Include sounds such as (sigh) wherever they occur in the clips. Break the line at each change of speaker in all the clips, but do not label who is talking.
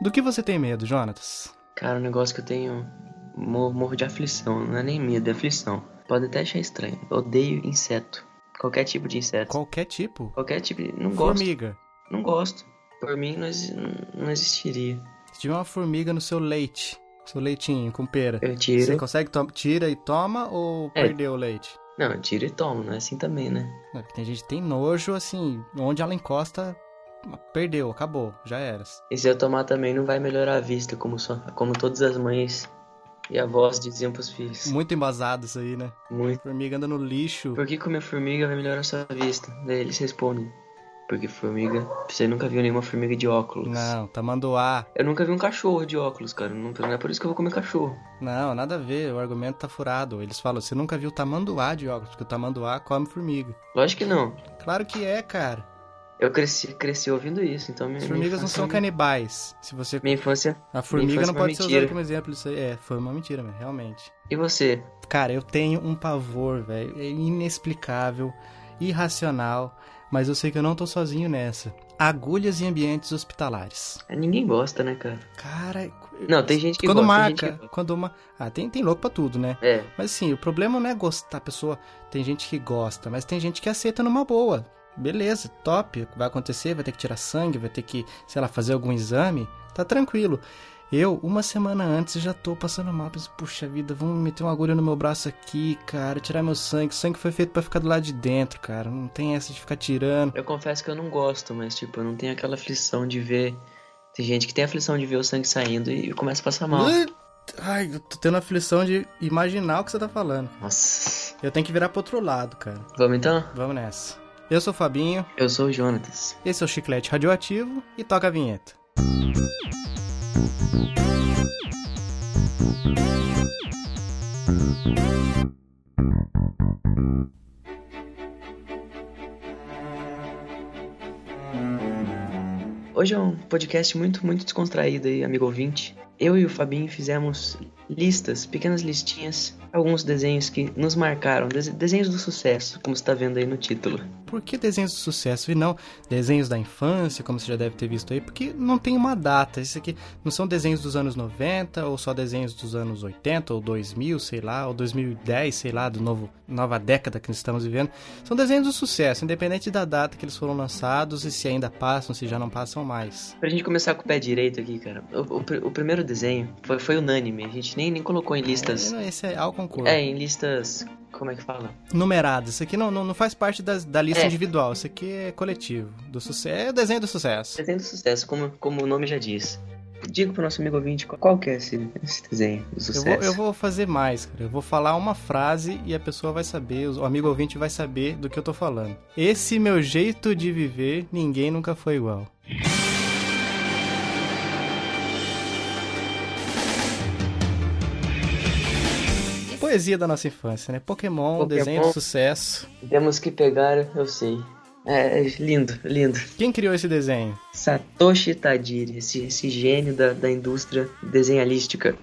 Do que você tem medo, Jonatas?
Cara, um negócio que eu tenho. Morro, morro de aflição, não é nem medo, é aflição. Pode até achar estranho. Odeio inseto. Qualquer tipo de inseto.
Qualquer tipo?
Qualquer tipo de. Não gosto.
Formiga.
Não gosto. Por mim não, exi- não existiria.
Se tiver uma formiga no seu leite, seu leitinho com pera,
Eu
você
tiro.
consegue to- tira e toma ou
É.
perdeu o leite?
Não, eu tiro e tomo, não é assim também, né?
Não, porque tem gente que tem nojo, assim, onde ela encosta, perdeu, acabou, já era.
E se eu tomar também não vai melhorar a vista, como, só, como todas as mães e avós diziam pros filhos.
Muito embasado isso aí, né?
Muito.
Formiga anda no lixo.
Por que comer formiga vai melhorar a sua vista? Daí eles respondem. Porque formiga. Você nunca viu nenhuma formiga de óculos.
Não, tamanduá.
Eu nunca vi um cachorro de óculos, cara. Não, não é por isso que eu vou comer cachorro.
Não, nada a ver, o argumento tá furado. Eles falam, você nunca viu tamanduá de óculos, porque o tamanduá come formiga.
Lógico que não.
Claro que é, cara.
Eu cresci, cresci ouvindo isso, então minha,
As
minha
formigas não
infância-
são canibais. Se você.
Minha infância.
A formiga
infância
não
foi
pode ser usada
mentira.
como exemplo disso aí. É, foi uma mentira, mesmo, realmente.
E você?
Cara, eu tenho um pavor, velho. É inexplicável, irracional, mas eu sei que eu não tô sozinho nessa. Agulhas em ambientes hospitalares.
Ninguém gosta, né, cara?
Cara,
Não, tem gente que
quando
gosta. tem gente
marca,
que gosta.
quando uma, ah, tem tem louco pra tudo, né?
É,
Mas assim, o problema não é gostar, a pessoa, tem gente que gosta, mas tem gente que aceita numa boa. Beleza, top, vai acontecer, vai ter que tirar sangue, vai ter que, sei lá, fazer algum exame, tá tranquilo. Eu, uma semana antes, já tô passando mal, penso, puxa vida, vão meter uma agulha no meu braço aqui, cara, tirar meu sangue, o sangue foi feito pra ficar do lado de dentro, cara, não tem essa de ficar tirando.
Eu confesso que eu não gosto, mas tipo, eu não tenho aquela aflição de ver. Tem gente que tem aflição de ver o sangue saindo e começa a passar mal.
Ai, eu tô tendo a aflição de imaginar o que você tá falando.
Nossa.
Eu tenho que virar pro outro lado, cara.
Vamos então?
Vamos nessa. Eu sou o Fabinho.
Eu sou o Jonatas.
Esse é o Chiclete Radioativo e toca a vinheta.
Hoje é um podcast muito, muito descontraído aí, amigo ouvinte. Eu e o Fabinho fizemos listas, pequenas listinhas, alguns desenhos que nos marcaram, dese- desenhos do sucesso, como você tá vendo aí no título.
Por que desenhos de sucesso e não desenhos da infância, como você já deve ter visto aí? Porque não tem uma data. Isso aqui não são desenhos dos anos 90 ou só desenhos dos anos 80 ou 2000, sei lá, ou 2010, sei lá, do novo nova década que nós estamos vivendo. São desenhos do sucesso, independente da data que eles foram lançados e se ainda passam, se já não passam mais.
Pra gente começar com o pé direito aqui, cara, o, o pr- o primeiro desenho foi, foi unânime, a gente nem, nem colocou em listas.
Esse é ao concurso.
É, em listas. Como é que fala?
numerado. Isso aqui não, não, não faz parte das- da lista
É.
individual. Isso aqui é coletivo. Do sucesso. É o desenho do sucesso.
Desenho do sucesso, como, como o nome já diz. Diga pro nosso amigo ouvinte qual- qual que é esse, esse desenho do
Eu
sucesso.
vou, eu vou fazer mais, cara. Eu vou falar uma frase e a pessoa vai saber, o amigo ouvinte vai saber do que eu tô falando. Esse meu jeito de viver, ninguém nunca foi igual. Poesia da nossa infância, né? Pokémon,
Pokémon.
desenho do sucesso.
Temos que pegar, eu sei. É, é lindo, lindo.
Quem criou esse desenho?
Satoshi Tajiri, esse, esse gênio da, da indústria desenhalística.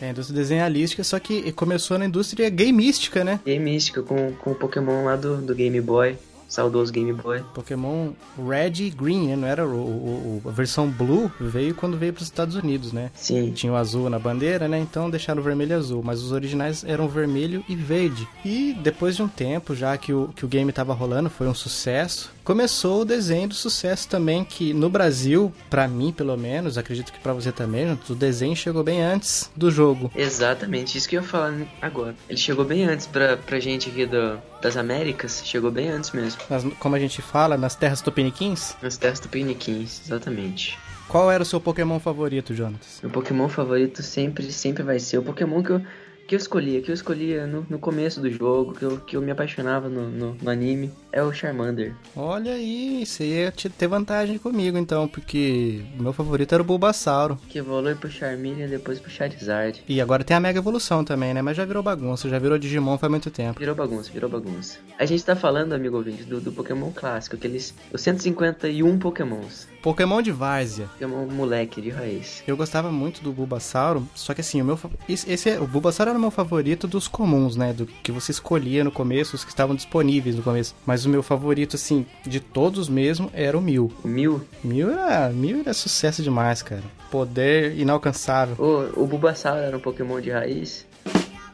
É, a indústria desenhalística, só que começou na indústria gameística, né?
Gameística com, com o Pokémon lá do, do Game Boy. Saudoso Game Boy.
Pokémon Red e Green, né? Não era o, o- o- a versão Blue veio quando veio para os Estados Unidos, né?
Sim.
Tinha o azul na bandeira, né? Então deixaram o vermelho e azul, mas os originais eram vermelho e verde. E depois de um tempo, já que o, que o game tava rolando, foi um sucesso, começou o desenho do sucesso também, que no Brasil, pra mim pelo menos, acredito que pra você também, Jonathan, o desenho chegou bem antes do jogo.
Exatamente, isso que eu ia falar agora. Ele chegou bem antes pra, pra gente aqui do, das Américas, chegou bem antes mesmo.
Nas- como a gente fala, nas terras tupiniquins,
Nos testes do Piniquins, exatamente.
qual era o seu Pokémon favorito, Jonas?
Meu Pokémon favorito sempre, sempre vai ser o Pokémon que eu, que eu escolhia, que eu escolhia no, no começo do jogo, que eu, que eu me apaixonava no, no, no anime, é o Charmander.
Olha aí, você ia te- ter vantagem comigo então, porque o meu favorito era o Bulbasauro.
Que evolui pro Charmeleon e depois pro Charizard.
E agora tem a Mega Evolução também, né? Mas já virou bagunça, já virou Digimon faz muito tempo.
Virou bagunça, virou bagunça. A gente tá falando, amigo ouvinte, do, do Pokémon clássico, aqueles os 151 Pokémons.
Pokémon de Várzea.
É um moleque de raiz.
Eu gostava muito do Bulbasauro, só que assim, o meu fa- esse, esse é- o Bulbasauro era o meu favorito dos comuns, né, do que você escolhia no começo, os que estavam disponíveis no começo. Mas o meu favorito assim, de todos mesmo, era o Mil.
O Mil,
Mil era, Mil era sucesso demais, cara. Poder inalcançável.
o, o Bulbasaur era um Pokémon de raiz.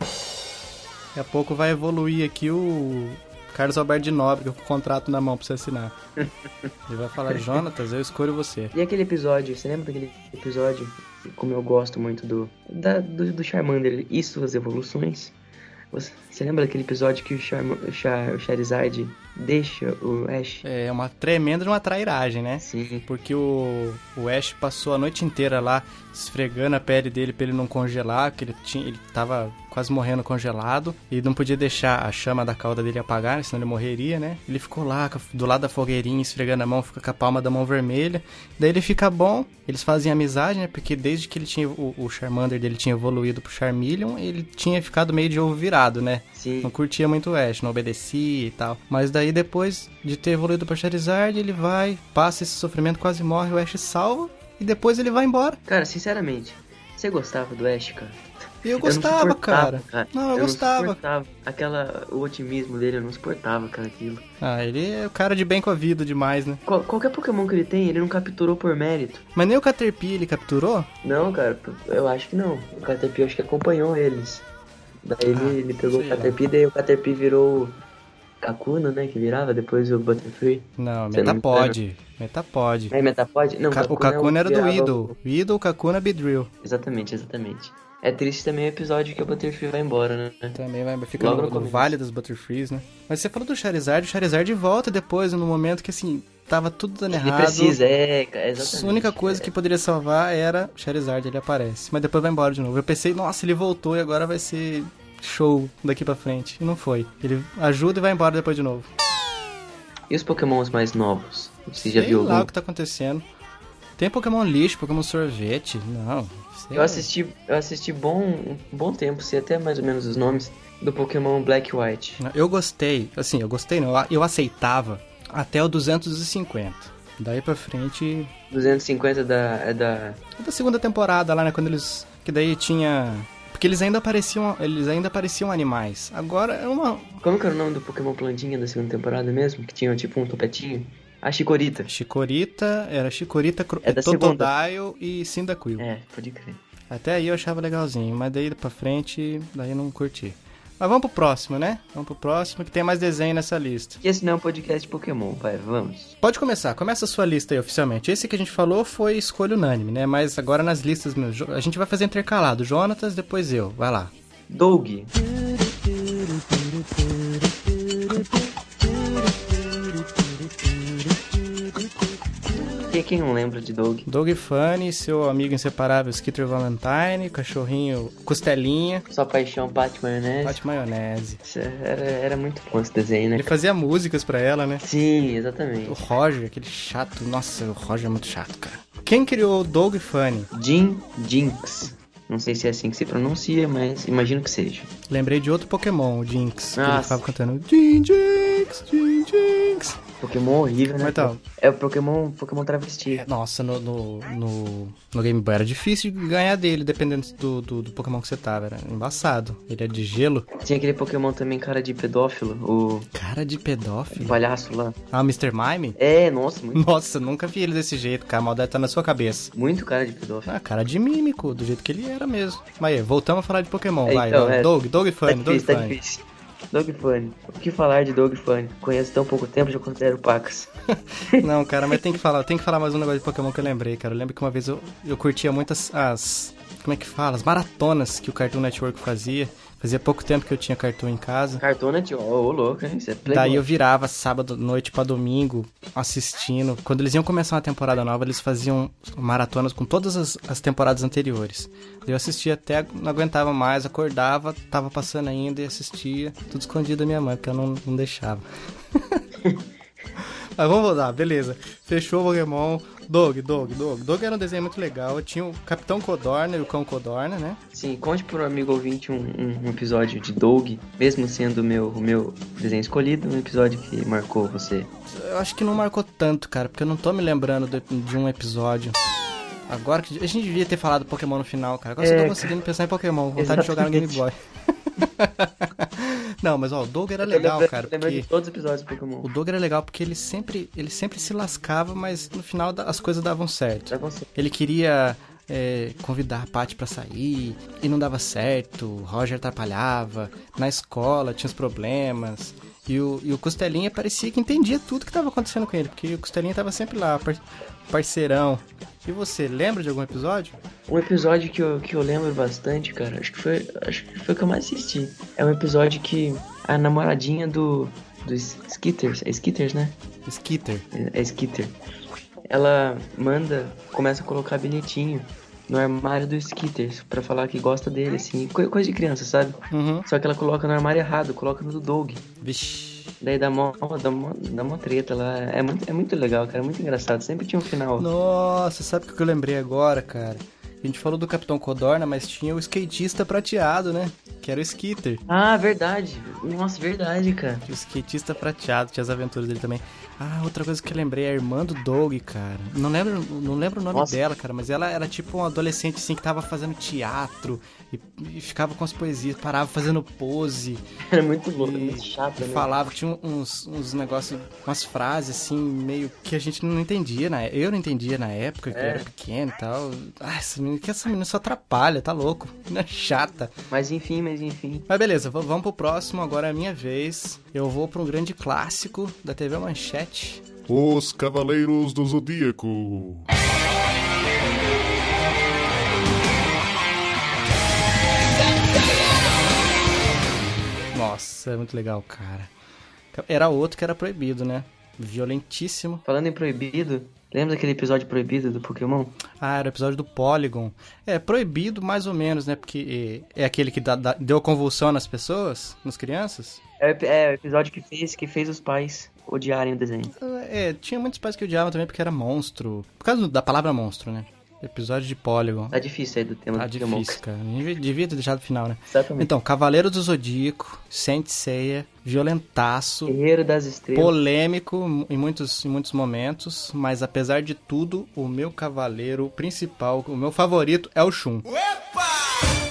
Daqui a pouco vai evoluir aqui o Carlos Alberto de Nóbrega com o contrato na mão pra você assinar. Ele vai falar, Jonatas, eu escolho você.
E aquele episódio, você lembra daquele episódio? Como eu gosto muito do, da- do, do Charmander e suas evoluções. Você, você lembra daquele episódio que o, Charma- o Char- o Charizard deixa o Ash?
É uma tremenda de uma trairagem, né?
Sim.
Porque o, o Ash passou a noite inteira lá esfregando a pele dele pra ele não congelar, que ele, tinha, ele tava quase morrendo congelado e não podia deixar a chama da cauda dele apagar, senão ele morreria, né? Ele ficou lá com a- do lado da fogueirinha esfregando a mão, fica com a palma da mão vermelha. Daí ele fica bom, eles fazem amizade, né? Porque desde que ele tinha o, o Charmander dele tinha evoluído pro Charmeleon, ele tinha ficado meio de ovo virado, né?
Sim.
Não curtia muito o Ash, não obedecia e tal. Mas daí, depois de ter evoluído pra Charizard, ele vai, passa esse sofrimento, quase morre, o Ash salva. E depois ele vai embora.
Cara, sinceramente, você gostava do Ash, cara?
E eu
não
gostava,
suportava,
cara. Não, eu gostava.
Não suportava. Aquela, o otimismo dele, eu não suportava, cara, aquilo.
Ah, ele é o cara de bem com a vida demais, né?
Qual- qualquer Pokémon que ele tem, ele não capturou por mérito.
Mas nem o Caterpie ele capturou?
Não, cara, eu acho que não. O Caterpie eu acho que acompanhou eles. Daí
Ah,
ele, ele pegou o
sei lá.
Caterpie, daí o Caterpie virou o Kakuna, né? Que virava, depois o Butterfree.
Não,
Você não
Metapod. Metapod.
É Metapod? Não,
Ca- o
Kakuna é
Kakuna era
que
do
virava
Idol. Idol, Kakuna, Beedrill.
o- Exatamente, exatamente. É triste também o episódio que o Butterfree vai embora, né?
Também vai ficar
Logo
no,
no
no
começo.
Vale das Butterfrees, né? Mas você falou do Charizard, o Charizard volta depois, no momento que, assim, tava tudo dando
Ele
errado.
precisa, é, cara, exatamente. é.
A única coisa que poderia salvar era o Charizard, ele aparece. Mas depois vai embora de novo. Eu pensei, nossa, ele voltou e agora vai ser show daqui pra frente. E não foi. Ele ajuda e vai embora depois de novo.
E os pokémons mais novos? Você já
sei
viu
lá
algum?
o que tá acontecendo. Tem Pokémon lixo, Pokémon sorvete. Não. sei
Eu
lá.
assisti, eu assisti bom, um bom tempo, sei até mais ou menos os nomes, do Pokémon Black e White.
Eu gostei, assim, eu gostei não, eu aceitava até o 250. Daí pra frente
250 da, é da
da segunda temporada lá, né? Quando eles. Que daí tinha. Porque eles ainda pareciam. Eles ainda pareciam animais. Agora é uma.
Como que era o nome do Pokémon Plantinha da segunda temporada mesmo? Que tinha tipo um topetinho? A Chicorita.
Chicorita, era Chicorita, Cro-
É da
Totodile e Cyndaquil.
É, pode crer.
Até aí eu achava legalzinho, mas daí pra frente, daí eu não curti. Mas vamos pro próximo, né? Vamos pro próximo, que tem mais desenho nessa lista.
E esse não é um podcast de Pokémon, vai, vamos.
Pode começar, começa a sua lista aí oficialmente. Esse que a gente falou foi escolha unânime, né? Mas agora nas listas, meu, Jo- a gente vai fazer intercalado. Jonatas, depois eu. Vai lá.
Doug. E quem não lembra de Doug?
Doug Funny, seu amigo inseparável Skitter Valentine, cachorrinho Costelinha,
Sua paixão, Pat Maionese.
bate maionese.
Isso Era, era muito bom esse desenho, né?
Ele fazia músicas pra ela, né?
Sim,
O
exatamente.
Roger, aquele chato. Nossa, o Roger é muito chato, cara. Quem criou o Doug Funny?
Jim Jinx. Não sei se é assim que se pronuncia, mas imagino que seja.
Lembrei de outro Pokémon, o Jinx. Que ele
Nossa.
ficava cantando Jin Jinx, Jin Jinx.
Pokémon horrível, né?
Mas tá.
É o Pokémon, Pokémon travesti.
Nossa, no, no, no, no Game Boy era difícil ganhar dele, dependendo do, do, do Pokémon que você tava. Era embaçado. Ele é de gelo.
Tinha aquele Pokémon também, cara de pedófilo,
Cara de
o
pedófilo.
palhaço lá.
Ah, Mr. Mime?
É, nossa, muito,
Nossa, nunca vi ele desse jeito, cara. A maldade tá na sua cabeça.
muito cara de pedófilo.
Ah, cara de mímico, do jeito que ele era mesmo. Mas é, voltamos a falar de Pokémon,
É,
vai.
então,
vai.
é.
Doug, Doug
Tá
Funny, Doug
difícil, tá
Funny.
difícil. Dog Funny. O que falar de Dog Funny? Conheço tão pouco tempo, já considero pacas.
(laughs) Não, cara, mas tem que falar, tem que falar mais um negócio de Pokémon que eu lembrei, cara. Eu lembro que uma vez eu, eu curtia muitas as. Como é que fala? As maratonas que o Cartoon Network fazia. Fazia pouco tempo que eu tinha cartoon em casa.
Cartona, tio. Ô, ô, louco, hein? Isso é playboy.
Daí eu virava sábado à noite pra domingo assistindo. Quando eles iam começar uma temporada nova, eles faziam maratonas com todas as, as temporadas anteriores. Daí Eu assistia até, não aguentava mais, acordava, tava passando ainda e assistia, tudo escondido da minha mãe, porque ela não, não deixava. (laughs) Mas vamos voltar, beleza. Fechou o Pokémon. Dog, Dog, Dog. Dog era um desenho muito legal. Tinha o Capitão Codorna e o Cão Codorna, né?
Sim, conte pro amigo ouvinte um, um, um episódio de Dog, mesmo sendo o meu, o meu desenho escolhido, um episódio que marcou você.
Eu acho que não marcou tanto, cara, porque eu não tô me lembrando de, de um episódio. Agora que. A gente devia ter falado Pokémon no final, cara. Agora
É,
eu tô
cara.
conseguindo pensar em Pokémon. Vontade de jogar no Game Boy. (laughs) não, mas ó, o Doug era
Eu
É legal,
lembrei-
cara.
Lembrei
Porque...
de todos os episódios do Pokémon.
O Doug era legal porque ele sempre, ele sempre se lascava, mas no final da- as coisas davam certo.
Pra você.
Ele queria é, convidar a Paty pra sair e não dava certo. O Roger atrapalhava. Na escola tinha os problemas. E o, e o Costelinha parecia que entendia tudo que tava acontecendo com ele, porque o Costelinha tava sempre lá, par- parceirão. E você, lembra de algum episódio?
Um episódio que eu, que eu lembro bastante, cara, acho que foi. Acho que foi o que eu mais assisti. É um episódio que a namoradinha do. Dos Skitters. É Skitters, né?
Skitter.
É Skitter. Ela manda, começa a colocar bilhetinho no armário do Skitters pra falar que gosta dele, assim, coi- coisa de criança, sabe?
Uhum.
Só que ela coloca no armário errado, coloca no do Doug.
Vixe.
Daí dá mó, dá mó, dá mó treta lá. É muito, é muito legal, cara, é muito engraçado. Sempre tinha um final.
Nossa, sabe o que eu lembrei agora, cara? A gente falou do Capitão Codorna, mas tinha o skatista prateado, né? Que era o Skitter.
Ah, verdade. Nossa, verdade, cara.
O skatista prateado, tinha as aventuras dele também. Ah, outra coisa que eu lembrei, é a irmã do Doug, cara. Não lembro, não lembro o nome
Nossa.
dela, cara, mas ela era tipo uma adolescente assim que tava fazendo teatro e, e ficava com as poesias, parava fazendo pose
Era muito louco,
E-
muito chato,
e
né?
falava, tinha uns, uns negócios, umas frases assim, meio que a gente não entendia, né? Eu não entendia na época, que eu
É.
era pequeno e tal. Ah, essa menina, que essa menina só atrapalha, tá louco? Menina chata.
Mas enfim, mas enfim.
Mas beleza, v- vamos pro próximo, agora é a minha vez. Eu vou pra um grande clássico da TV Manchete.
Os Cavaleiros do Zodíaco.
Nossa, é muito legal, cara. Era outro que era proibido, né? Violentíssimo.
Falando em proibido, lembra daquele episódio proibido do Pokémon?
Ah, era o episódio do Polygon. É, proibido mais ou menos, né? Porque eh, é aquele que dá- dá- deu convulsão nas pessoas, nas crianças.
É, o ep- é o episódio que fez, que fez os pais odiarem o desenho.
Ah, É, tinha muitos pais que odiavam também porque era monstro. Por causa da palavra monstro, né? Episódio de Polygon.
Tá difícil aí do tema
Tá
do Pokémon.
difícil, cara. Devia ter deixado o final, né?
(laughs) Exatamente.
Então, Cavaleiro do Zodíaco, Saint Seiya, violentaço,
Guerreiro das Estrelas.
polêmico em muitos, em muitos momentos, mas apesar de tudo, o meu cavaleiro principal, o meu favorito é o Shun.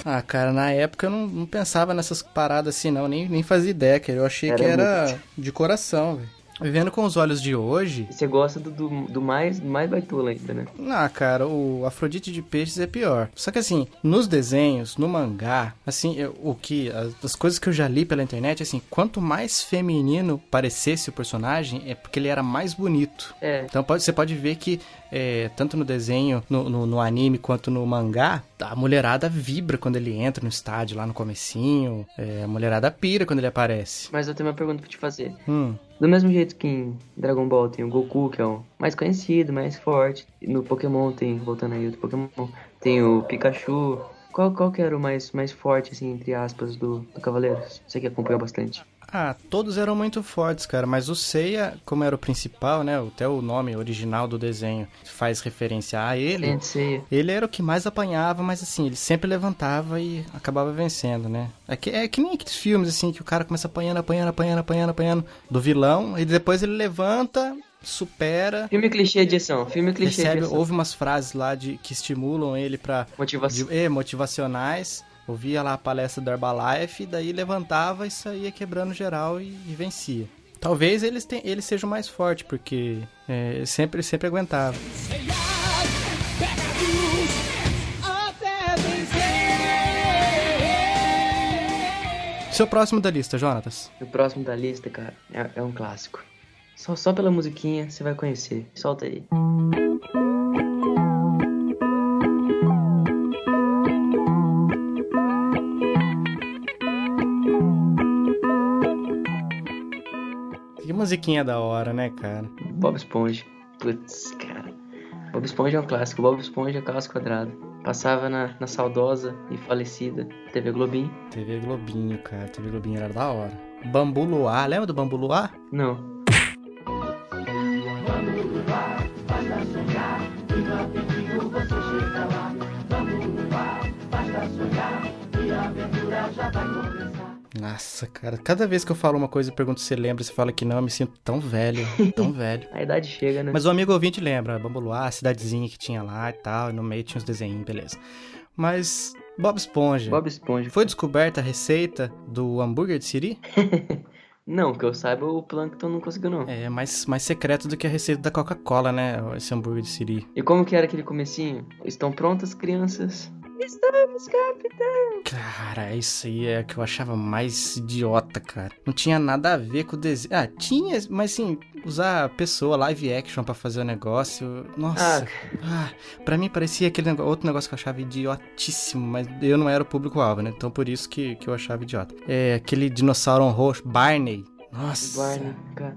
Ah, cara, na época eu não, não pensava nessas paradas assim, não, nem, nem fazia ideia, cara. Eu achei
Era
que era de coração, velho. Vivendo com os olhos de hoje.
E Você gosta do, do, do mais, do mais baitola ainda, né?
Ah, cara, o Afrodite de Peixes é pior. Só que assim, nos desenhos, no mangá, assim, eu- o que. As, as coisas que eu já li pela internet, assim, quanto mais feminino parecesse o personagem, é porque ele era mais bonito.
É.
Então pode- você pode ver que é, tanto no desenho, no, no- no anime quanto no mangá, a mulherada vibra quando ele entra no estádio lá no comecinho. é, a mulherada pira quando ele aparece.
Mas eu tenho uma pergunta pra te fazer.
Hum.
Do mesmo jeito que em Dragon Ball tem o Goku, que é o mais conhecido, mais forte. e no Pokémon tem, voltando aí do Pokémon, tem o Pikachu. Qual, qual que era o mais, mais forte, assim, entre aspas, do, do Cavaleiros? Você que acompanhou bastante.
Ah, todos eram muito fortes, cara, mas o Seiya, como era o principal, né? Até o nome original do desenho faz referência a ele.
Lente Seiya.
Ele era o que mais apanhava, mas assim, ele sempre levantava e acabava vencendo, né? É que, é que nem aqueles filmes, assim, que o cara começa apanhando, apanhando, apanhando, apanhando, apanhando do vilão, e depois ele levanta, supera,
Filme clichê de ação. Filme clichê
recebe,
de ação.
ouve umas frases lá de que estimulam ele pra
Motivação.
de- é, motivacionais. Ouvia lá a palestra da Herbalife, daí levantava e saía quebrando geral e, e vencia. Talvez eles ten- ele seja o mais forte, porque é, sempre, sempre aguentava. Seu próximo da lista, Jonatas.
O próximo da lista, cara, é, é um clássico. Só, só pela musiquinha você vai conhecer. Solta aí.
Que musiquinha da hora, né, cara?
Bob Esponja. Putz, cara. Bob Esponja é um clássico. Bob Esponja é calça quadrada. Passava na, na saudosa e falecida TV Globinho.
TV Globinho, cara. TV Globinho era da hora. Bambu Luar, lembra do Bambu Luar?
Não.
Nossa, cara, cada vez que eu falo uma coisa e pergunto se você lembra, você fala que não, eu me sinto tão velho, tão velho.
A idade chega, né?
Mas o amigo ouvinte lembra, Bambolá, a cidadezinha que tinha lá e tal, e no meio tinha uns desenhinhos, beleza. Mas Bob Esponja.
Bob Esponja.
Foi descoberta a receita do hambúrguer de Siri?
Não, que eu saiba, o Plankton não conseguiu, não.
É mais, mais secreto do que a receita da Coca-Cola, né? Esse hambúrguer de Siri.
E como que era aquele comecinho? Estão prontas, crianças? Estamos, capitão!
Cara, isso aí é o que eu achava mais idiota, cara. Não tinha nada a ver com o desenho. Ah, tinha, mas assim, usar a pessoa live action pra fazer o negócio. Nossa. Ah, pra mim parecia aquele nego- outro negócio que eu achava idiotíssimo, mas eu não era o público-alvo, né? Então por isso que, que eu achava idiota. É aquele dinossauro roxo, Barney. Nossa.
Barney, cara.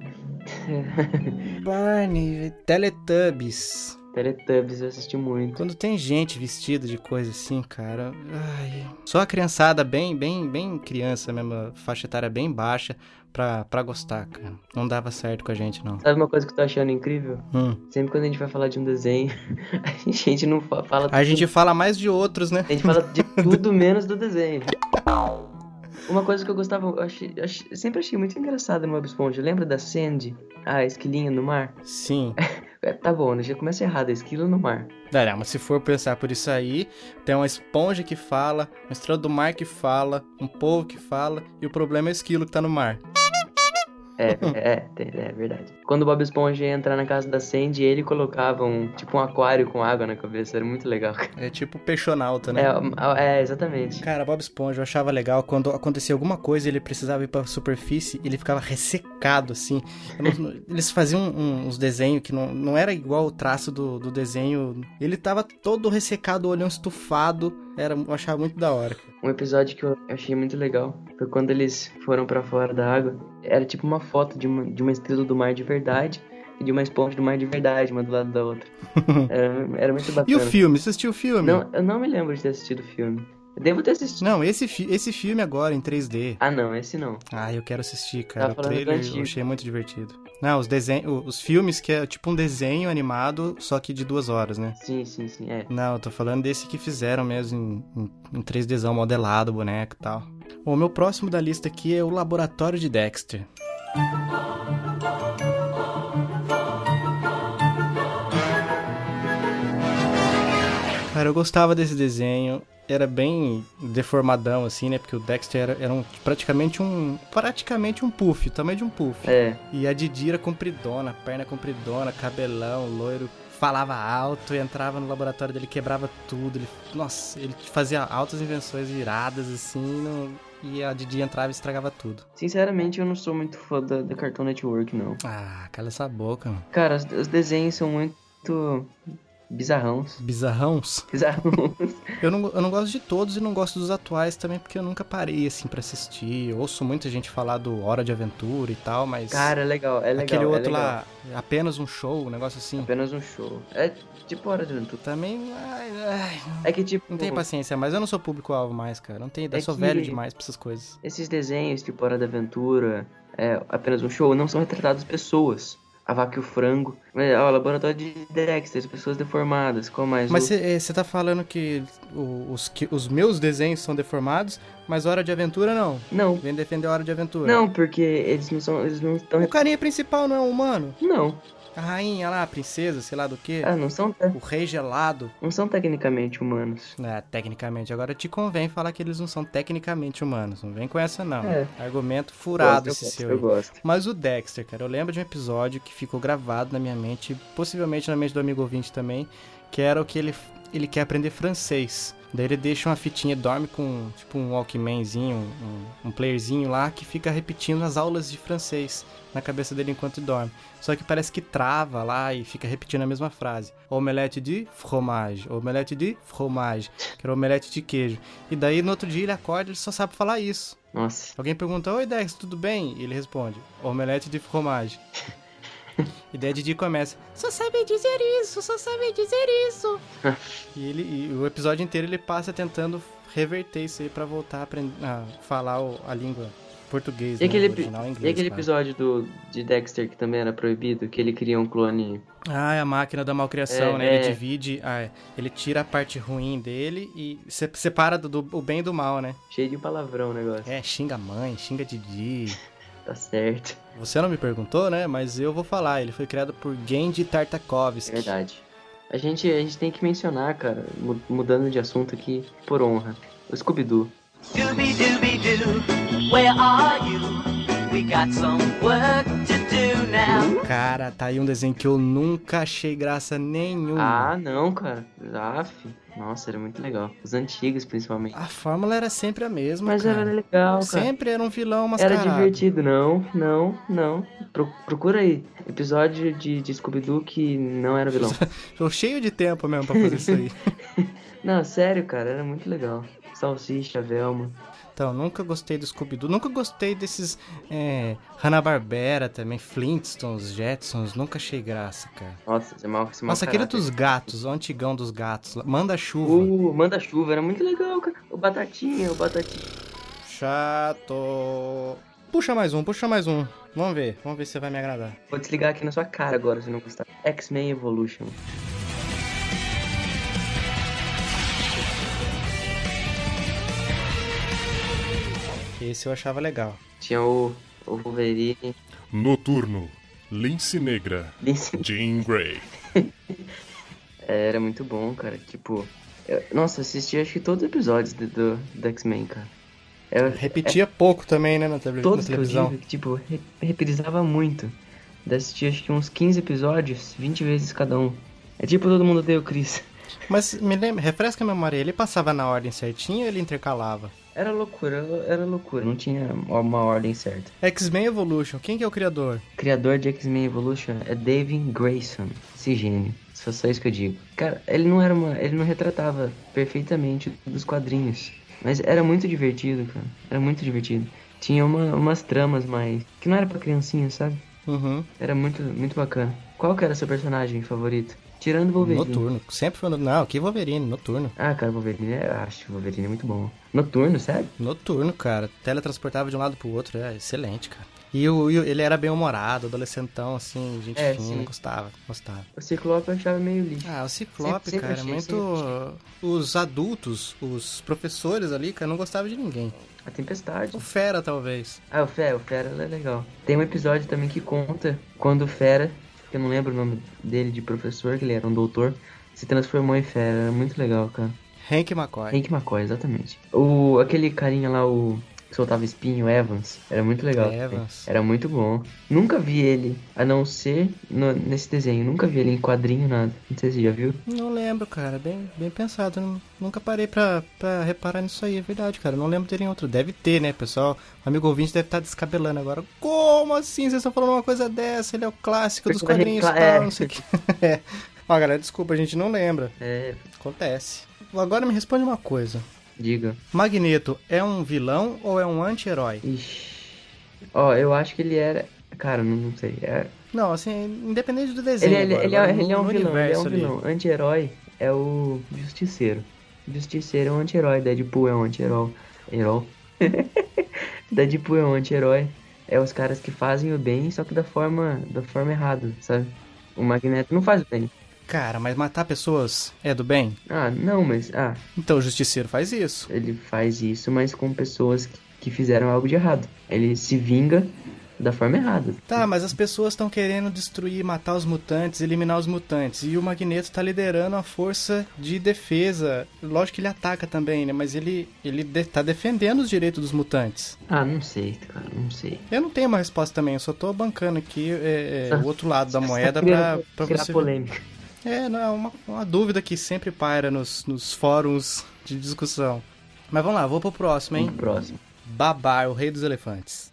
Barney, Teletubbies.
Teletubbies eu assisti muito.
Quando tem gente vestida de coisa assim, cara, ai. só a criançada bem, bem, bem criança mesmo, a faixa etária bem baixa pra, pra gostar, cara. Não dava certo com a gente, não.
Sabe uma coisa que eu tô achando incrível?
Hum.
Sempre quando a gente vai falar de um desenho, (laughs) a gente não fa- fala.
A gente fala mais de outros, né?
a gente fala de tudo menos do desenho. Uma coisa que eu gostava, eu achei- achei- sempre achei muito engraçada no Bob Esponja. Lembra da Sandy? A esquilinha no mar?
Sim.
É, tá bom, né? já começa errado, a esquila no mar.
Não, não, mas se for pensar por isso aí, tem uma esponja que fala, uma estrela do mar que fala, um povo que fala, e o problema é o esquilo que tá no mar.
É, é, tem- é verdade. Quando o Bob Esponja ia entrar na casa da Sandy, ele colocava um tipo um aquário com água na cabeça, era muito legal.
É tipo o peixonauta, né?
É, um, é exatamente.
Cara, Bob Esponja eu achava legal quando acontecia alguma coisa ele precisava ir pra superfície ele ficava ressecado, assim. Eu não- Eles faziam um- uns desenhos que não, não era igual o traço do, do desenho. Ele tava todo ressecado, olhão estufado. Era, eu achava muito da hora.
Um episódio que eu achei muito legal foi quando eles foram pra fora da água. Era tipo uma foto de uma, de uma estrela do mar de verdade e de uma esponja do mar de verdade, uma do lado
(laughs)
da outra. Era, era muito bacana.
E o filme? Você assistiu o filme?
Não, eu não me lembro de ter assistido o filme. Eu devo ter assistido.
Não, esse, fi- esse filme agora em 3D.
Ah, não, esse não.
Ah, eu quero assistir, cara.
Tá
o
falando do
trailer eu
antigo.
achei muito divertido. Não, os desenhos. Os filmes que é tipo um desenho animado, só que de duas horas, né?
Sim, sim, sim, é.
Não, eu tô falando desse que fizeram mesmo em, em, em 3Dzão modelado, boneco e tal. O meu próximo da lista aqui é o Laboratório de Dexter. Cara, eu gostava desse desenho. Era bem deformadão, assim, né? Porque o Dexter era, era um- praticamente um. Praticamente um puff, o tamanho de um puff.
É,
E a Didi era compridona, perna compridona, cabelão, loiro. Falava alto, entrava no laboratório dele, quebrava tudo. Ele, nossa, ele fazia altas invenções iradas, assim, não- e a Didi entrava e estragava tudo.
sinceramente eu não sou muito fã da, da Cartoon Network, não.
Ah, cala essa boca, mano.
Cara, os, os desenhos são muito (laughs) bizarrões.
Bizarrões.
Bizarrões.
Eu não, eu não gosto de todos e não gosto dos atuais também, porque eu nunca parei, assim, pra assistir. Eu ouço muita gente falar do Hora de Aventura e tal, mas...
Cara, é legal, é legal.
aquele
é
outro
legal.
lá, apenas um show, um negócio assim.
Apenas um show. É tipo Hora de Aventura.
Também... ai, ai,
É que tipo.
Não tenho paciência, mas eu não sou público-alvo mais, cara. Não tenho, eu
É
sou
que-
velho demais pra essas coisas.
Esses desenhos, tipo Hora da Aventura, é, apenas um show, não são retratados pessoas. A vaca e o frango. Mas, ó, laboratório de Dexter, pessoas deformadas. Qual mais?
Mas
O-
você tá falando que o- os, que os meus desenhos são deformados, mas Hora de Aventura não.
Não.
Vem defender Hora de Aventura.
Não, porque eles não são. Eles não estão.
O carinha principal não é um humano.
Não.
A rainha lá, a princesa, sei lá do que.
Ah, não são, te-
O rei gelado.
não são tecnicamente humanos.
É, tecnicamente. Agora te convém falar que eles não são tecnicamente humanos. Não vem com essa, não.
É.
Argumento furado
eu
esse
gosto,
seu
eu
aí.
gosto.
Mas o Dexter, cara, eu lembro de um episódio que ficou gravado na minha mente, possivelmente na mente do amigo ouvinte também, que era o que ele, ele quer aprender francês. Daí ele deixa uma fitinha, dorme com tipo um walkmanzinho, um, um playerzinho lá, que fica repetindo as aulas de francês na cabeça dele enquanto dorme. Só que parece que trava lá e fica repetindo a mesma frase. Omelete de fromage, omelete de fromage, que era omelete de queijo. E daí no outro dia ele acorda e ele só sabe falar isso.
Nossa.
Alguém pergunta, oi Dex, tudo bem? E ele responde, omelete de
(laughs)
fromage. e daí a Didi começa, só sabe dizer isso, só sabe dizer
(laughs)
isso. e, ele, e o episódio inteiro ele passa tentando reverter isso aí pra voltar a, aprend- a falar o- a língua português,
E aquele,
né? O
epi-
original é
e
inglês.
aquele
claro.
episódio do, de Dexter que também era proibido, que ele cria um clone.
Ah, é a máquina da malcriação,
É,
né? Ele
é.
divide, ah, é. ele tira a parte ruim dele e se- separa do, do- o bem do mal, né?
Cheio de palavrão o negócio.
É, xinga a mãe, xinga a Didi.
Tá certo.
Você não me perguntou, né? Mas eu vou falar. Ele foi criado por Gendy Tartakovsky.
É Verdade. A gente, a gente tem que mencionar, cara, mu- mudando de assunto aqui, por honra. O Scooby-Doo.
Scooby Dooby Doo, where are you? We got some work to do now.
Cara, tá aí um desenho que eu nunca achei graça nenhuma.
Ah, não, cara. Af. Nossa, era muito legal. Os antigos, principalmente.
A fórmula era sempre a mesma,
Mas
cara.
era legal, cara.
Sempre era um vilão
Era
mascarado.
divertido, não, não, não. Pro- procura aí. Episódio de, de Scooby-Doo que não era vilão.
Tô cheio de tempo mesmo pra fazer isso
(laughs)
aí.
não, sério, cara, era muito legal. Salsicha, Velma.
Então, nunca gostei do Scooby-Doo. Nunca gostei desses é, Hanna-Barbera também, Flintstones, Jetsons. Nunca achei graça, cara.
Nossa, esse é mal, esse é mau
Nossa, aquele
caráter.
dos gatos, o antigão dos gatos. lá, Manda chuva.
Uh, manda-chuva, era muito legal, cara. O Batatinha, o Batatinha.
Chato. Puxa mais um, puxa mais um. Vamos ver, vamos ver se vai me agradar.
Vou desligar aqui na sua cara agora se não gostar. X-Men Evolution.
Esse eu achava legal.
Tinha o, o Wolverine, (laughs)
Noturno. Lince Negra.
Lince
Jean Grey.
É, Era muito bom, cara. Tipo, eu- nossa, assisti acho que todos os episódios do, do, do X-Men, cara. Era
Repetia pouco também, né, na, tele- na
É. todos que eu
televisão.
tive, que, tipo, re- reprisava muito. Daí assisti acho que uns 15 episódios, 20 vezes cada um. É tipo todo mundo odeia o Chris. (laughs)
Mas me lembra, refresca a memória, ele passava na ordem certinha ou ele intercalava?
Era loucura, era loucura, não tinha uma ordem certa.
X-Men Evolution, quem que é o criador?
criador de X-Men Evolution é David Grayson, esse gênio. Só só isso que eu digo. Cara, ele não era uma, ele não retratava perfeitamente dos quadrinhos, mas era muito divertido, cara. Era muito divertido. Tinha uma- umas tramas mais que não era pra criancinha, sabe?
Uhum.
Era muito muito bacana. Qual que era seu personagem favorito? Tirando o Wolverine.
Noturno. Sempre foi no... Não, que Wolverine, noturno.
Ah, cara, o Wolverine, é- acho que o Wolverine é muito bom. Noturno, sabe?
Noturno, cara. Teletransportava de um lado pro outro, é excelente, cara. E o, e o- ele era bem humorado, adolescentão, assim, gente
É,
fina,
sim.
gostava, gostava.
O Ciclope eu achava meio lixo.
Ah, o Ciclope,
Sempre- sempre
cara, é
achei,
muito. Os adultos, os professores ali, cara, não gostavam de ninguém.
A Tempestade.
O Fera, talvez.
Ah, o Fera, o Fera ele é legal. Tem um episódio também que conta quando o Fera, que eu não lembro o nome dele de professor, que ele era um doutor, se transformou em Fera. Era muito legal, cara.
Hank McCoy.
Hank McCoy, exatamente. O, aquele carinha lá, o que soltava espinho, Evans, era muito legal. também.
Evans.
Era muito bom. Nunca vi ele, a não ser no- nesse desenho. Nunca vi ele em quadrinho, nada. Não sei se você já viu.
Não lembro, cara. Bem, bem pensado. Nun- Nunca parei pra, pra reparar nisso aí. É verdade, cara. Não lembro dele em outro. Deve ter, né, pessoal? O amigo ouvinte deve estar descabelando agora. Como assim? Vocês estão falando uma coisa dessa? Ele é o clássico dos
Personagem
quadrinhos e
clá-
tal,
é.
não sei o que. (laughs) É. Ó, galera, desculpa, a gente não lembra.
É,
Acontece. Agora me responde uma coisa.
diga.
Magneto é um vilão ou é um anti-herói?
Ixi. Ó, eu acho que ele era. Cara, não, não sei. É,
Não, assim, independente do desenho.
Ele, ele,
agora,
ele é,
no-
ele é um
no
vilão, ele é um
universo ali.
vilão. Anti-herói é o Justiceiro. Justiceiro é um anti-herói, Deadpool é um anti-herói. Herói? (laughs) Deadpool é um anti-herói. É os caras que fazem o bem, só que da forma, da forma errada, sabe? O Magneto não faz o bem.
Cara, mas matar pessoas é do bem?
Ah, não, mas. Ah,
Então o justiceiro faz isso.
ele faz isso, mas com pessoas que, que fizeram algo de errado. Ele se vinga da forma errada.
Tá, mas as pessoas estão querendo destruir, matar os mutantes, eliminar os mutantes. E o Magneto tá liderando a força de defesa. Lógico que ele ataca também, né? Mas ele, ele de- tá defendendo os direitos dos mutantes.
Ah, não sei, cara, não sei.
Eu não tenho uma resposta também, eu só tô bancando aqui é, é, o outro lado da moeda pra,
Primeiro,
pra
criar
você.
polêmica.
É, não, é uma, uma dúvida que sempre paira nos, nos fóruns de discussão. Mas vamos lá, vou pro próximo, hein?
Vamos pro Próximo.
Babar, o rei dos elefantes.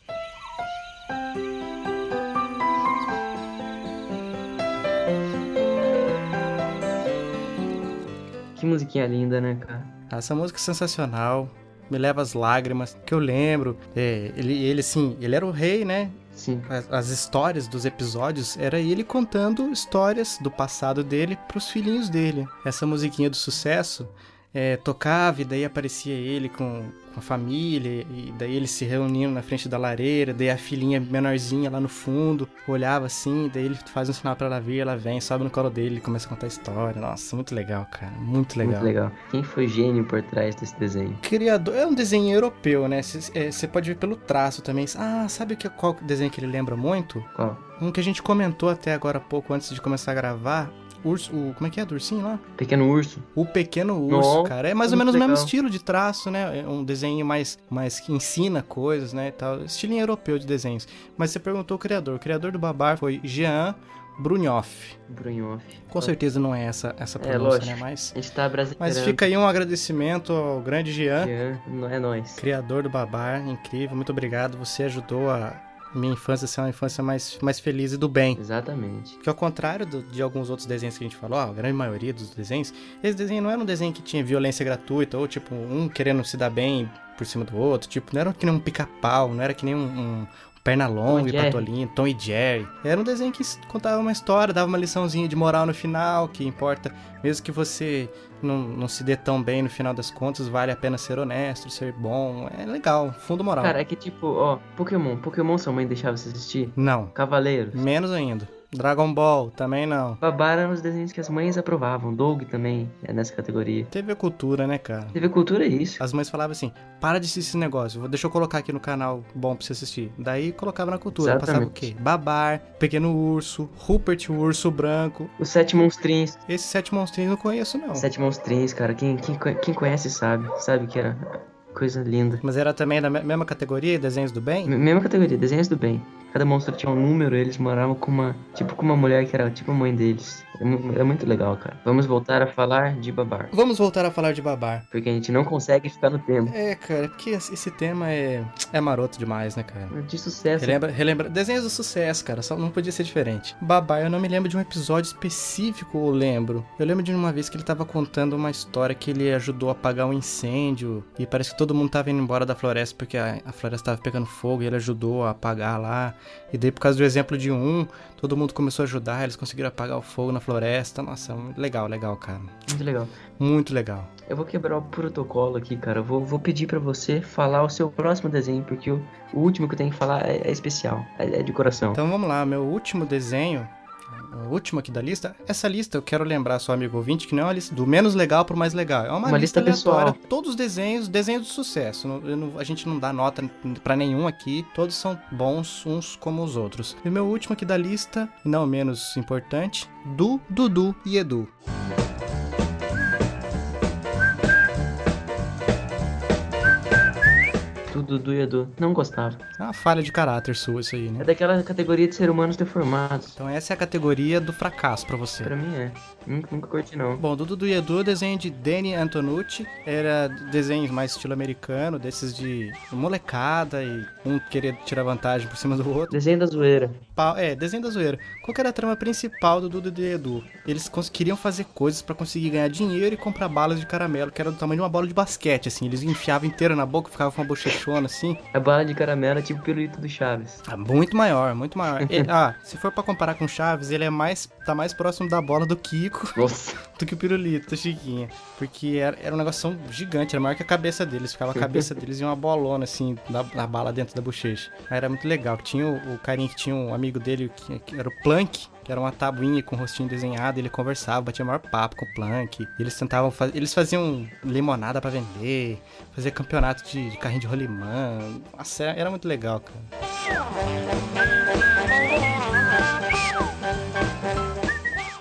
Que musiquinha linda, né, cara?
Essa música é sensacional, me leva às lágrimas, que eu lembro. É, ele, ele, assim, ele era o rei, né?
Sim.
As, as histórias dos episódios era ele contando histórias do passado dele pros filhinhos dele. Essa musiquinha do sucesso é, tocava e daí aparecia ele com, com a família, e daí eles se reunindo na frente da lareira, daí a filhinha menorzinha lá no fundo olhava assim, daí ele faz um sinal pra ela vir, ela vem, sobe no colo dele e começa a contar a história. Nossa, muito legal, cara, muito legal.
Muito legal. Quem foi gênio por trás desse desenho?
Criador, é um desenho europeu, né? Você pode ver pelo traço também. Ah, sabe o que, qual desenho que ele lembra muito?
Qual?
Um que a gente comentou até agora há pouco, antes de começar a gravar. Urso, o, como é que é do ursinho lá?
Pequeno Urso.
O Pequeno Urso,
Não,
cara. É mais ou
muito
menos o mesmo
legal.
estilo de traço, né? É um desenho mais, mais que ensina coisas, né? e Tal. Estilinho europeu de desenhos. Mas você perguntou o criador. O criador do Babar foi Jean Brunhoff.
Brunhoff.
Com certeza não é essa, essa
É,
pronúncia,
lógico.
né? Mas,
A gente tá brasileirando.
mas fica né? aí um agradecimento ao grande Jean.
Jean, Não é nóis.
Criador do Babar, incrível, muito obrigado. Você ajudou a minha infância a ser uma infância mais, mais feliz e do bem.
Exatamente.
Porque ao contrário do- de alguns outros desenhos que a gente falou, ó, a grande maioria dos desenhos, esse desenho não era um desenho que tinha violência gratuita, ou tipo, um querendo se dar bem por cima do outro, tipo, não era que nem um pica-pau, não era que nem um, um perna longa
Tom e
e
Jerry.
patolino, Tom e Jerry. Era um desenho que s- contava uma história, dava uma liçãozinha de moral no final, que importa, mesmo que você não, não se dê tão bem no final das contas, vale a pena ser honesto, ser bom, é legal, fundo moral.
Cara, é que tipo, ó, Pokémon. Pokémon sua mãe deixava você assistir?
Não,
Cavaleiros.
menos ainda. Dragon Ball, também não.
Babar eram os desenhos que as mães aprovavam. Doug também é nessa categoria.
TV Cultura, né, cara?
TV Cultura é isso.
As mães falavam assim: para de assistir esse negócio, vou- deixa eu colocar aqui no canal bom pra você assistir. Daí colocava na cultura, passava o
Exatamente.
quê? Babar, Pequeno Urso, Rupert o Urso Branco.
Os Sete Monstrinhos.
Esses sete monstrinhos eu não conheço, não.
Sete Monstrinhos, cara. Quem, quem, co- quem conhece sabe. Sabe que era coisa linda.
Mas era também da me- mesma categoria, desenhos do bem?
M- mesma categoria, desenhos do bem. Cada monstro tinha um número, eles moravam com uma. Tipo com uma mulher que era tipo a mãe deles. É mu- Era muito legal, cara. Vamos voltar a falar de babar.
Vamos voltar a falar de Babar.
Porque a gente não consegue ficar no tempo.
É, cara, porque esse esse tema é, é maroto demais, né, cara?
De sucesso.
Relembra, relembra. Desenhos do sucesso, cara. Só não podia ser diferente. Babá, eu não me lembro de um episódio específico, eu lembro. Eu lembro de uma vez que ele tava contando uma história que ele ajudou a apagar um incêndio. E parece que todo mundo tava indo embora da floresta porque a, a floresta tava pegando fogo e ele ajudou a apagar lá. E daí, por causa do exemplo de um, todo mundo começou a ajudar, eles conseguiram apagar o fogo na floresta. Nossa, legal, legal, cara.
Muito legal.
Muito legal.
Eu vou quebrar o protocolo aqui, cara. Eu vou, vou pedir pra você falar o seu próximo desenho, porque o, o último que eu tenho que falar é, é especial. É, é de coração.
Então vamos lá, meu último desenho, o último aqui da lista. Essa lista eu quero lembrar só amigo ouvinte que não é uma lista do menos legal pro mais legal, é uma,
Uma
lista,
lista pessoal.
aleatória. Todos os desenhos, desenhos de sucesso. Não- eu não- a gente não dá nota pra nenhum aqui. Todos são bons uns como os outros. E meu último aqui da lista, e não menos importante, do Dudu e Edu.
Tudo do Edu. Não gostava.
É uma falha de caráter sua isso aí,
É
né?
daquela categoria de ser humanos deformados.
Então essa é a categoria do fracasso pra você.
Pra mim é. Nunca, nunca curti, não.
Bom, do Dudu e Edu, desenho de Danny Antonucci. Era desenho mais estilo americano, desses de molecada e um querer tirar vantagem por cima do outro.
Desenho da zoeira.
Pau- É, desenho da zoeira. Qual que era a trama principal do Dudu e Edu? Eles cons- queriam fazer coisas pra conseguir ganhar dinheiro e comprar balas de caramelo, que era do tamanho de uma bola de basquete, assim. Eles enfiavam inteira na boca, ficava com uma bochechona, assim.
A bala de caramelo é tipo o pirulito do Chaves.
Ah, muito maior, muito maior. E- ah, se for pra comparar com o Chaves, ele é mais, tá mais próximo da bola do Kiko
Nossa.
do que o pirulito, Chiquinha. Porque era, era um negócio gigante, era maior que a cabeça deles. Ficava a cabeça deles e uma bolona, assim, da, da bala dentro da bochecha. Aí era muito legal. Tinha o, o carinha que tinha um amigo dele, que, que era o Plank, que era uma tabuinha com o rostinho desenhado. Ele conversava, batia maior papo com o Plank. E Eles tentavam faz- eles faziam limonada pra vender, fazia campeonato de, de carrinho de rolimã. Nossa, era era muito legal, cara.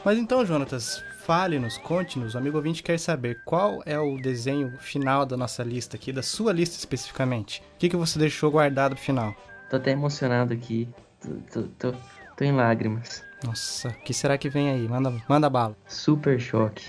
Mas então, Jonatas, fale-nos, conte-nos. O amigo ouvinte quer saber qual é o desenho final da nossa lista aqui, da sua lista especificamente. O que, que você deixou guardado pro final?
Tô até emocionado aqui. Tô, tô, tô, tô em lágrimas.
Nossa, o que será que vem aí? Manda, manda bala.
Super choque.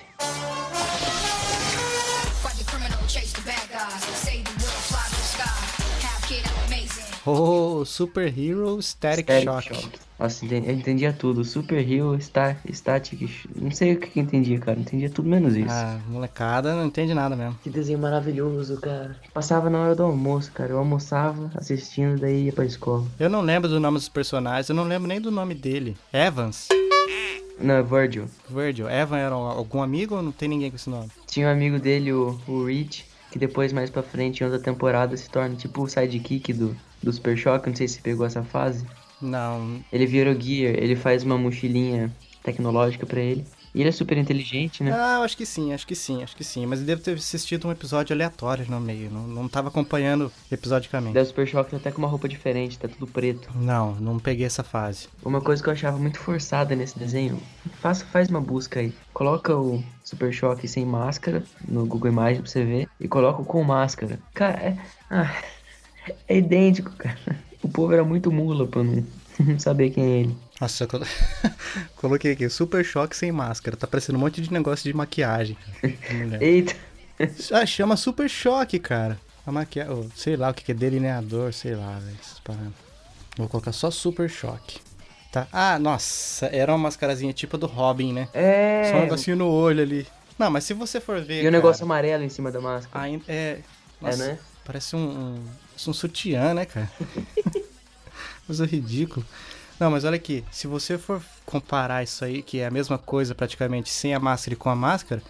Watch the criminal chase the bad guys. Save the world, fly to the sky. Have kid, I'm amazing.
Oh, Super Hero Static,
Static
Shock.
Shock. Nossa, entendi- eu entendia tudo. Super Hero, Star, Static. Sh- Não sei o que que eu entendia, cara. Eu Entendia tudo menos isso.
Ah, molecada, não entende nada mesmo.
Que desenho maravilhoso, cara. Passava na hora do almoço, cara. Eu almoçava assistindo, daí ia pra escola.
Eu não lembro do nome dos personagens, eu não lembro nem do nome dele. Evans?
Não, é Virgil.
Virgil. Evan era algum amigo ou não tem ninguém com esse nome?
Tinha um amigo dele, o, o Reed, que depois, mais pra frente, em outra temporada, se torna tipo o sidekick do, do Super Shock. Não sei se pegou essa fase.
Não.
Ele vira o Gear, ele faz uma mochilinha tecnológica pra ele. E ele é super inteligente, né?
Ah, eu acho que sim, acho que sim, acho que sim. Mas eu devo ter assistido um episódio aleatório no meio. Não, não tava acompanhando episodicamente.
Daí o Super Shock tá até com uma roupa diferente, tá tudo preto.
Não, não peguei essa fase.
Uma coisa que eu achava muito forçada nesse desenho, faz, faz uma busca aí. Coloca o Super Choque sem máscara no Google Imagens pra você ver. E coloca o com máscara. Cara, é, ah, é idêntico, cara. O povo era muito mula pra não, (laughs) não saber quem é ele.
Nossa, eu colo- (laughs) coloquei aqui, super choque sem máscara. Tá parecendo um monte de negócio de (laughs) maquiagem. cara, de mulher.
Eita!
ah, chama super choque, cara. A maquiagem, sei lá o que que é delineador, sei lá, velho, essas paradas. Vou colocar só super choque. Tá. Ah, nossa, era uma mascarazinha tipo do Robin, né?
É!
Só um negocinho no olho ali. Não, mas se você for ver.
E o
cara,
negócio amarelo em cima da máscara.
ainda- é. Nossa,
né?
Parece um, um, parece um sutiã, né, cara? (laughs) Coisa ridículo. Não, mas olha aqui, se você for comparar isso aí, que é a mesma coisa praticamente, sem a máscara e com a máscara,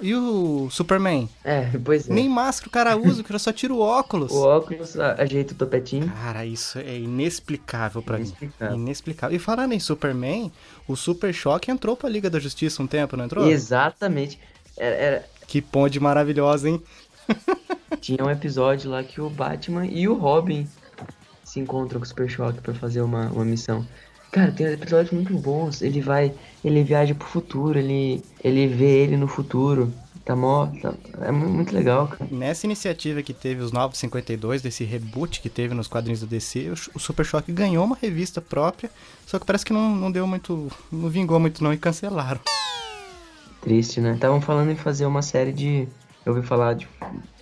e o Superman?
É, pois é.
Nem máscara o cara usa, o cara só tira o óculos.
(laughs) O óculos a- ajeita o topetinho.
Cara, isso é inexplicável pra mim.
Inexplicável.
Inexplicável. E falando em Superman, o Super Choque entrou pra Liga da Justiça um tempo, não entrou?
Exatamente. Era- era-
Que ponte maravilhosa, hein?
Tinha um episódio lá que o Batman e o Robin se encontram com o Super Choque pra fazer uma, uma missão. Cara, tem episódios muito bons. Ele vai, ele viaja pro futuro, ele, ele vê ele no futuro. Tá mó. tá- é mu- muito legal, cara.
Nessa iniciativa que teve os 952, desse reboot que teve nos quadrinhos do DC, o Ch- o Super Choque ganhou uma revista própria, só que parece que não, não deu muito. não vingou muito não e cancelaram.
Triste, né? Estavam falando em fazer uma série de. Eu ouvi falar de.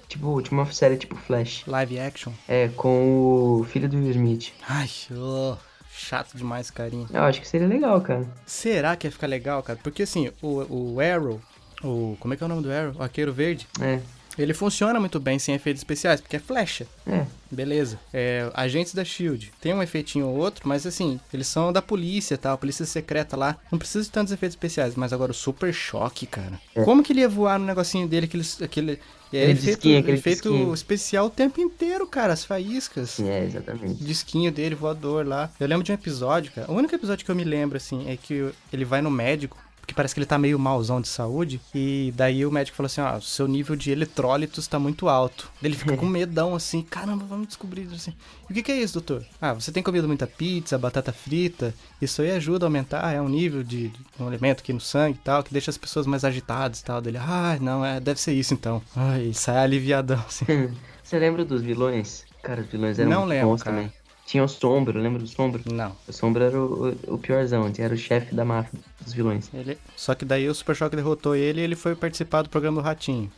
Tipo, de uma série tipo Flash.
Live action.
É, com o filho do Will Smith.
Ai, ô, chato demais, carinho.
Eu acho que seria legal, cara.
Será que ia ficar legal, cara? Porque assim, o, o Arrow, o. Como é que é o nome do Arrow? O Arqueiro Verde.
É,
Ele funciona muito bem sem efeitos especiais, porque é flecha.
é.
Beleza. É, agentes da Shield. Tem um efeitinho ou outro, mas assim, eles são da polícia, tá? A polícia secreta lá. Não precisa de tantos efeitos especiais, mas agora o super choque, cara. Como que ele ia voar no negocinho dele, aquele. aquele é,
Aquele
efeito,
disquinho, aquele
efeito
disquinho.
especial o tempo inteiro, cara, as faíscas.
Sim, é, exatamente.
Disquinho dele, voador lá. Eu lembro de um episódio, cara. O único episódio que eu me lembro, assim, é que ele vai no médico. Porque parece que ele tá meio malzão de saúde. E daí o médico falou assim: ó, seu nível de eletrólitos tá muito alto. Daí Ele fica com medão assim: caramba, vamos descobrir. Assim. E o que, que é isso, doutor? Ah, você tem comido muita pizza, batata frita. Isso aí ajuda a aumentar, é um nível de, de um elemento aqui no sangue e tal, que deixa as pessoas mais agitadas e tal. Dele, ah, não, é, deve ser isso então. Ai, sai aliviadão assim. (laughs)
(laughs) Você lembra dos vilões? Cara, os vilões eram
Não
muito
lembro,
bons
cara.
também. Tinha o Sombra, lembra do Sombra?
Não.
O Sombra era o, o, o piorzão, ele era o chefe da máfia dos vilões.
Ele- Só que daí o Super Choque derrotou ele e ele foi participar do programa do Ratinho.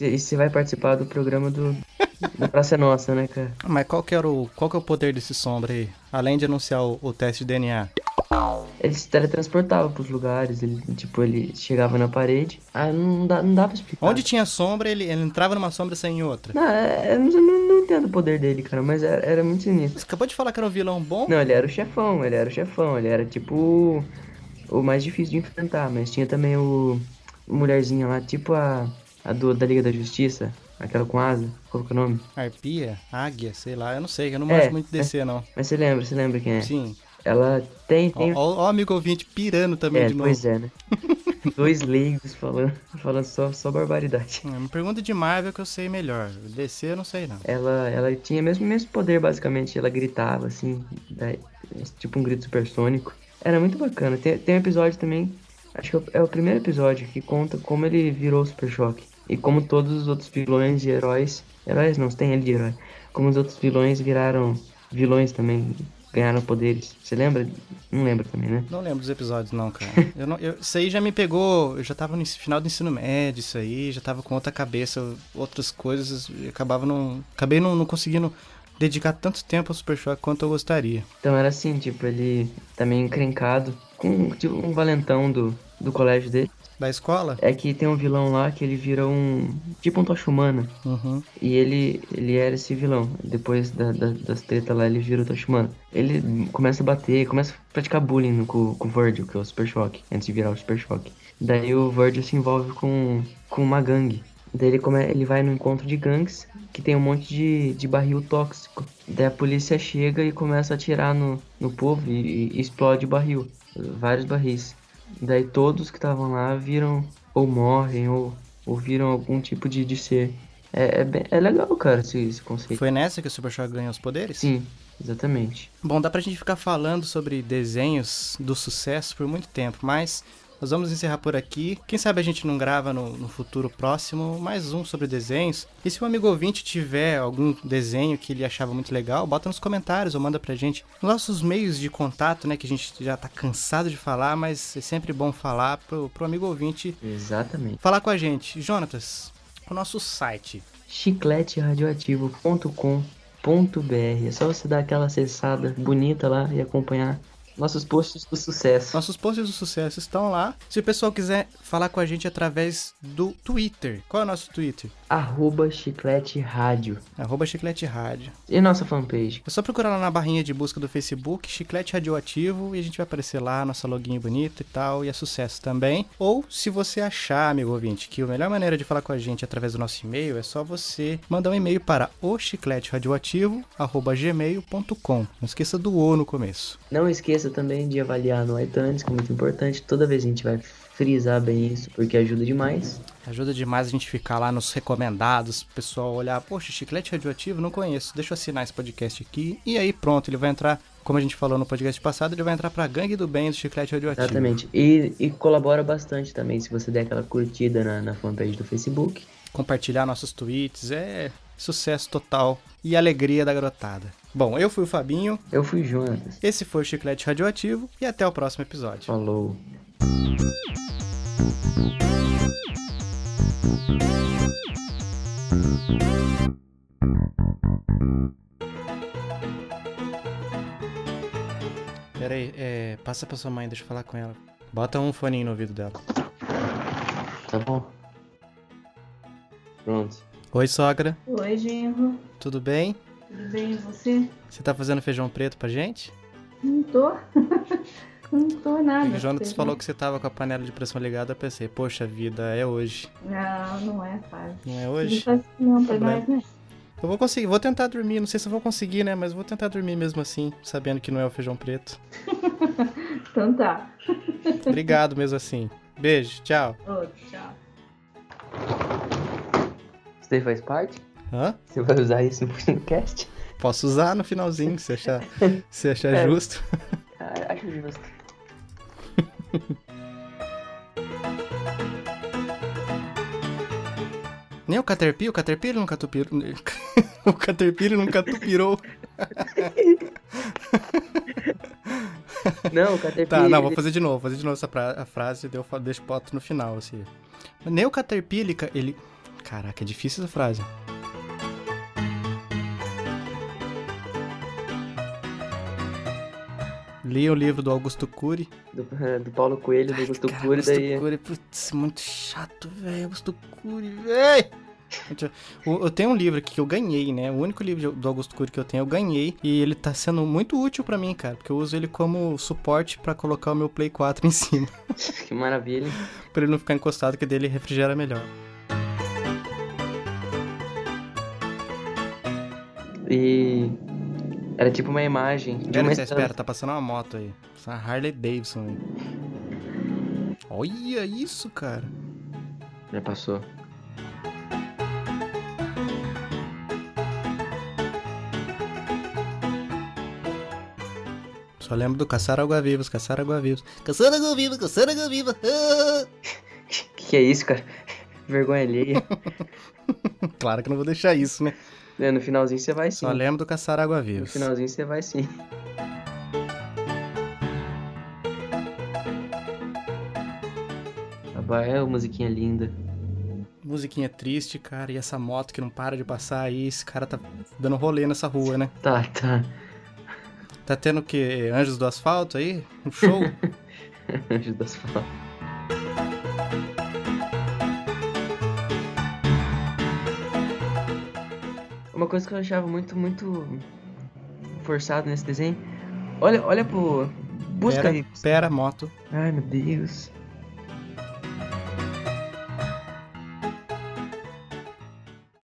E e você vai participar do programa do
(laughs)
da Praça é Nossa, né, cara?
Ah, Mas qual que, era o... qual que é o poder desse sombra aí? Além de anunciar o, o teste de DNA.
Ele se teletransportava pros lugares, ele, tipo, ele chegava na parede. Ah, não dá, não dá pra explicar.
Onde tinha sombra, ele, ele entrava numa sombra e saía em outra.
Não, é- é- eu não, não- não entendo o poder dele, cara, mas era, era muito sinistro.
Você acabou de falar que era um vilão bom?
Não, ele era o chefão, ele era o chefão, ele era tipo o o mais difícil de enfrentar, mas tinha também o, o mulherzinha lá, tipo a, a do, da Liga da Justiça, aquela com asa, qual que é o nome?
Arpia? Águia? Sei lá, eu não sei, eu não
É,
manjo muito descer, não.
Mas você lembra, você lembra quem é?
Sim.
Ela tem,
Ó,
tem...
ó- ó o amigo ouvinte pirando também
é,
de novo.
pois é, né? (laughs) Dois leigos falando, falando só, só barbaridade.
Hum, Me pergunta de Marvel que eu sei melhor. DC eu não sei, não.
Ela, ela tinha o mesmo, mesmo poder, basicamente, ela gritava, assim, da- tipo um grito supersônico. Era muito bacana. Tem, tem um episódio também, acho que é o- é o primeiro episódio, que conta como ele virou o Super Choque. E como todos os outros vilões e heróis... Heróis não, tem ele de herói. Como os outros vilões viraram vilões também, ganharam poderes. Você lembra? Não lembro também, né?
Não lembro dos episódios, não, cara. Eu não, eu- isso aí já me pegou. Eu já tava no ens- final do ensino médio, isso aí, já tava com outra cabeça, eu- outras coisas. E acabava não. Acabei não, não conseguindo dedicar tanto tempo ao Super Choque quanto eu gostaria.
Então era assim, tipo, ele também encrencado, com tipo, um valentão do, do colégio dele
Da escola?
é que tem um vilão lá que ele vira um. tipo um tocha humana.
Uhum.
E ele, ele era esse vilão. Depois da- da- das tretas lá, ele vira o Toshimano. Ele começa a bater, começa a praticar bullying no- com, com o Virgil, que é o Super Choque, antes de virar o Super Choque. Daí o Virgil se envolve com, com uma gangue. Daí ele, come, ele vai no encontro de gangues, que tem um monte de, de barril tóxico. Daí a polícia chega e começa a atirar no, no povo e, e explode o barril. Vários barris. Daí todos que estavam lá viram ou morrem ou, ou viram algum tipo de, de ser. É, é, bem- é legal, cara, esse, esse conceito.
Foi nessa que o Super Shock ganhou os poderes?
Sim, exatamente.
Bom, dá pra gente ficar falando sobre desenhos do sucesso por muito tempo, mas nós vamos encerrar por aqui. Quem sabe a gente não grava no, no futuro próximo mais um sobre desenhos. E se um amigo ouvinte tiver algum desenho que ele achava muito legal, bota nos comentários ou manda pra gente. Nossos meios de contato, né, que a gente já tá cansado de falar, mas é sempre bom falar pro, pro amigo ouvinte
Exatamente.
falar com a gente. Jonatas, o nosso site.
chicleteradioativo.com.br. É só você dar aquela acessada bonita lá e acompanhar nossos posts do sucesso.
Nossos posts do sucesso estão lá. Se o pessoal quiser falar com a gente através do Twitter, qual é o nosso Twitter?
Arroba Chiclete Rádio.
Arroba Chiclete Rádio.
E nossa fanpage?
É só procurar lá na barrinha de busca do Facebook, Chiclete Radioativo, e a gente vai aparecer lá, nossa login bonita e tal, e é sucesso também. Ou, se você achar, amigo ouvinte, que a melhor maneira de falar com a gente é através do nosso e-mail, é só você mandar um e-mail para o arroba gmail.com. Não esqueça do O no começo.
Não esqueça também de avaliar no iTunes, que é muito importante. Toda vez a gente vai frisar bem isso, porque ajuda demais.
Ajuda demais a gente ficar lá nos recomendados, o pessoal olhar, poxa, chiclete radioativo, não conheço, deixa eu assinar esse podcast aqui. E aí pronto, ele vai entrar, como a gente falou no podcast passado, ele vai entrar pra gangue do bem do chiclete radioativo.
Exatamente. E, e colabora bastante também se você der aquela curtida na, na fanpage do Facebook.
Compartilhar nossos tweets, é sucesso total e alegria da garotada. Bom, eu fui o Fabinho,
Eu fui Jonas.
esse foi o Chiclete Radioativo e até o próximo episódio.
Falou.
Pera aí, é, passa pra sua mãe, deixa eu falar com ela. Bota um foninho no ouvido dela.
Tá bom. Pronto.
Oi, sogra,
Oi, Genro.
tudo bem?
Tudo bem e você?
Você tá fazendo feijão preto pra gente?
Não tô. (laughs) Não tô nada.
O Jonatas
Vocês
falou que você tava com a panela de pressão ligada, eu pensei, poxa vida, é hoje.
não- Não, não é fácil.
Não é
Não
hoje?
faz não pra
Problema.
nós, né?
Eu vou conseguir, vou tentar dormir, não sei se eu vou conseguir, né? Mas vou tentar dormir mesmo assim, sabendo que não é o feijão preto.
Então tá.
Obrigado mesmo assim. Beijo, tchau.
Ô, tchau.
Isso daí faz parte?
Hã?
Você vai usar isso no podcast?
Posso usar no finalzinho, se achar, se achar
É.
justo. (laughs)
Ah, acho justo.
Nem o Caterpie, o Caterpie não catupirou. (laughs) O Caterpie não catupirou.
Não, o Caterpie.
Tá, não, vou
ele-
fazer de novo, vou fazer de novo essa pra- a frase, daí eu fa- deixo boto no final, assim. Nem o Caterpie, ele ca- ele... Caraca, é difícil essa frase. Li o livro do Augusto Cury.
Do, do Paulo Coelho, do Augusto
Cara,
Cury,
Augusto
daí.
Cury, putz, muito chato, velho. Augusto Cury, velho. Eu eu tenho um livro aqui que eu ganhei, né? O único livro de- do Augusto Cury que eu tenho, eu ganhei. E ele tá sendo muito útil pra mim, cara. Porque eu uso ele como suporte pra colocar o meu Play 4 (laughs) em cima.
Que maravilha.
pra ele não ficar encostado, que dele refrigera melhor.
E. Era tipo uma imagem. de
Espera,
uma
que você
estrela.
espera, tá passando uma moto aí. Essa Harley Davidson aí. Olha isso, cara.
Já passou. (laughs)
Só lembro do Caçar Água-Vivas, Caçar Água-Vivas. Caçar Água-Viva, Caçar Água-Viva. Ah!
Que que é isso, cara? (laughs)
(laughs)
Vergonha alheia.
(laughs) Claro que eu não vou deixar isso, né?
É, no finalzinho você vai sim.
Só lembro do caçar água
No
viva.
finalzinho você vai sim. Babá, é uma musiquinha linda.
Musiquinha triste, cara, e essa moto que não para de passar aí, esse cara tá dando rolê nessa rua, né?
Tá, tá.
Tá tendo o quê? Anjos do asfalto aí? Um show?
(laughs) Ajuda as falar. Uma coisa que eu achava muito, muito forçado nesse desenho. Olha, olha pro. Busca
pera,
aí.
pera, moto.
Ai meu Deus.